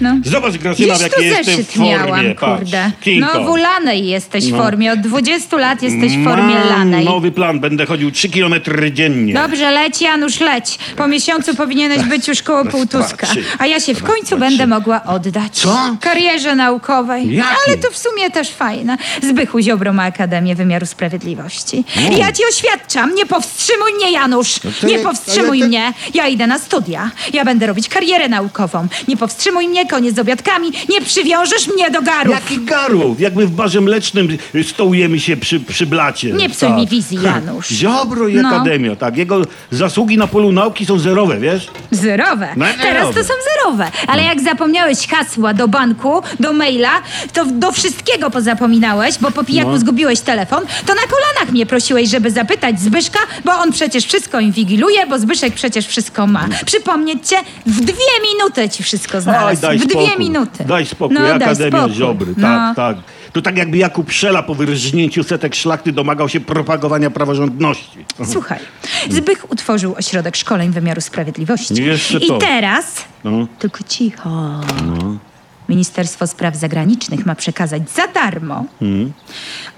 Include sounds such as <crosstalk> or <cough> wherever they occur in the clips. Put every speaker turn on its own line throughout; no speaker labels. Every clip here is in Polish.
No.
Zobacz, Grażyna,
Gdzieś
w
tu
jakiej jestem
zeszyt
formie.
miałam, kurde.
Patrz, kinko.
No w ulanej jesteś w
No.
formie. Od 20 lat jesteś w formie
Mam
lanej.
Mm,
No.
nowy plan, będę chodził 3 km dziennie.
Dobrze, leć Janusz, leć. Po miesiącu powinieneś być już
No,
koło półtuska.
trzy.
A ja się w końcu będę mogła oddać.
Co?
Karierze naukowej.
Jakiej?
Ale to w sumie też fajne. Zbychu Ziobro ma Akademię Wymiaru Sprawiedliwości.
No.
Ja ci oświadczam, nie powstrzymuj mnie Janusz.
to
nie
ja-
powstrzymuj
ale to-
mnie. Ja idę na studia. Ja będę robić karierę naukową. Nie powstrzymuj mnie, koniec z obiadkami. Nie przywiążesz mnie do garów.
Jaki garłów? Jakby w barze mlecznym stołujemy się przy, przy blacie. Tak.
Nie psuj mi wizji, Janusz.
Ziobro i
No.
akademia, tak. Jego zasługi na polu nauki są zerowe, wiesz?
Zerowe.
No, nie
Teraz
robię.
to są zerowe. Ale jak zapomniałeś hasła do banku, do maila, to w- do wszystkiego pozapominałeś, bo po
No.
pijaku zgubiłeś telefon, to na kolanach mnie prosiłeś, żeby zapytać Zbyszka, bo on przecież wszystko inwigiluje, bo Zbyszek przecież wszystko ma. Przypomnieć cię, w dwie minuty ci wszystko
Aj,
znalazł.
daj
No, w
spokój.
dwie minuty.
Daj spokój,
No, daj
akademia
spokój.
Ziobry,
No.
tak, tak. To tak jakby Jakub Szela po wyrżnięciu setek szlachty domagał się propagowania praworządności.
Słuchaj, Zbych utworzył ośrodek szkoleń wymiaru sprawiedliwości.
Jeszcze
I
to.
teraz.
No.
Tylko cicho. Ministerstwo Spraw Zagranicznych ma przekazać za darmo
Hmm.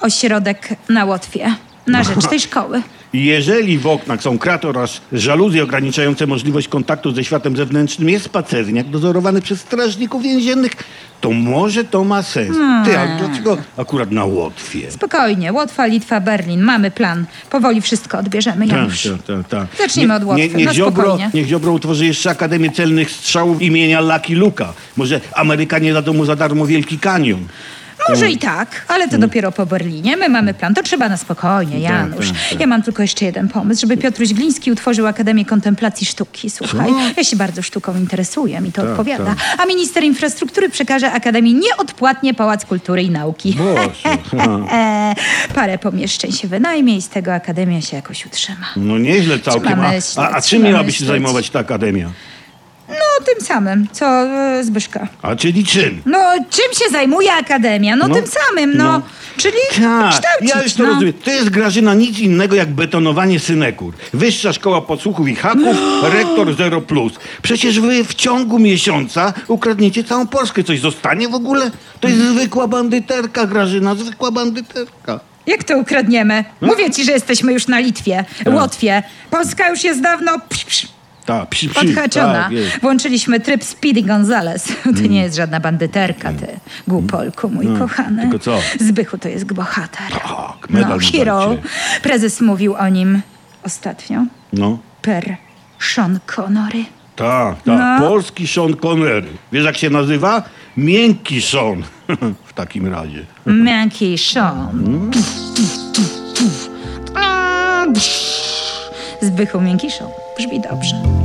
ośrodek na Łotwie na rzecz
<laughs>
tej szkoły.
Jeżeli w oknach są kraty oraz żaluzje ograniczające możliwość kontaktu ze światem zewnętrznym, jest spacerniak dozorowany przez strażników więziennych, to może to ma sens. Ty,
Hmm.
a dlaczego akurat na Łotwie?
Spokojnie, Łotwa, Litwa, Berlin, mamy plan. Powoli wszystko odbierzemy, Janusz.
tak, tak.
Zacznijmy
Nie-
od Łotwy,
nie- Niech,
no
Ziobro,
spokojnie.
niech Ziobro utworzy jeszcze Akademię Celnych Strzałów imienia Lucky Luka. Może Amerykanie dadzą mu za darmo Wielki Kanion. Mm.
Może i tak, ale to dopiero po Berlinie. My mamy plan, to trzeba na spokojnie, Janusz.
tak, tak.
Ja mam tylko jeszcze jeden pomysł, żeby Piotruś Gliński utworzył Akademię Kontemplacji Sztuki. Słuchaj, ja się bardzo sztuką interesuję, mi to
Tak,
odpowiada. A minister infrastruktury przekaże Akademii nieodpłatnie Pałac Kultury i Nauki. <laughs>
Boże.
E, parę pomieszczeń się wynajmie i z tego Akademia się jakoś utrzyma.
No nieźle całkiem.
Trzeba
A,
myśleć,
a, a czym
trzeba
miałaby się
myśleć.
zajmować ta Akademia?
No tym samym, co e, Zbyszka.
A czyli czym?
No czym się zajmuje Akademia? No,
No,
tym samym, no.
no.
Czyli
Tak,
kształcić.
ja już to
no.
rozumiem. To jest Grażyna nic innego jak betonowanie synekur. Wyższa szkoła podsłuchów i haków,
No.
rektor 0+. Plus. Przecież wy w ciągu miesiąca ukradniecie całą Polskę. Coś zostanie w ogóle? To jest
Mm.
zwykła bandyterka, Grażyna, zwykła bandyterka.
Jak to ukradniemy?
No.
Mówię ci, że jesteśmy już na Litwie, Łotwie. Polska już jest dawno psz, psz,
Ta, Tak. psi, psi,
podhaczona.
tak, jest. Mm.
Włączyliśmy tryb Speedy Gonzales. <laughs> To nie jest żadna bandyterka, ty głupolku mój kochany.
tylko co?
Zbychu to jest bohater.
Tak, medal
no,
mu
hero.
dajcie.
Prezes mówił o nim ostatnio.
No.
Per Sean Connery.
Tak, tak.
No.
Polski Sean Connery. Wiesz jak się nazywa? Miękki Sean. <laughs> w takim razie.
Miękki
Mm.
Sean. Zbychu Miękki Sean. Brzmi dobrze.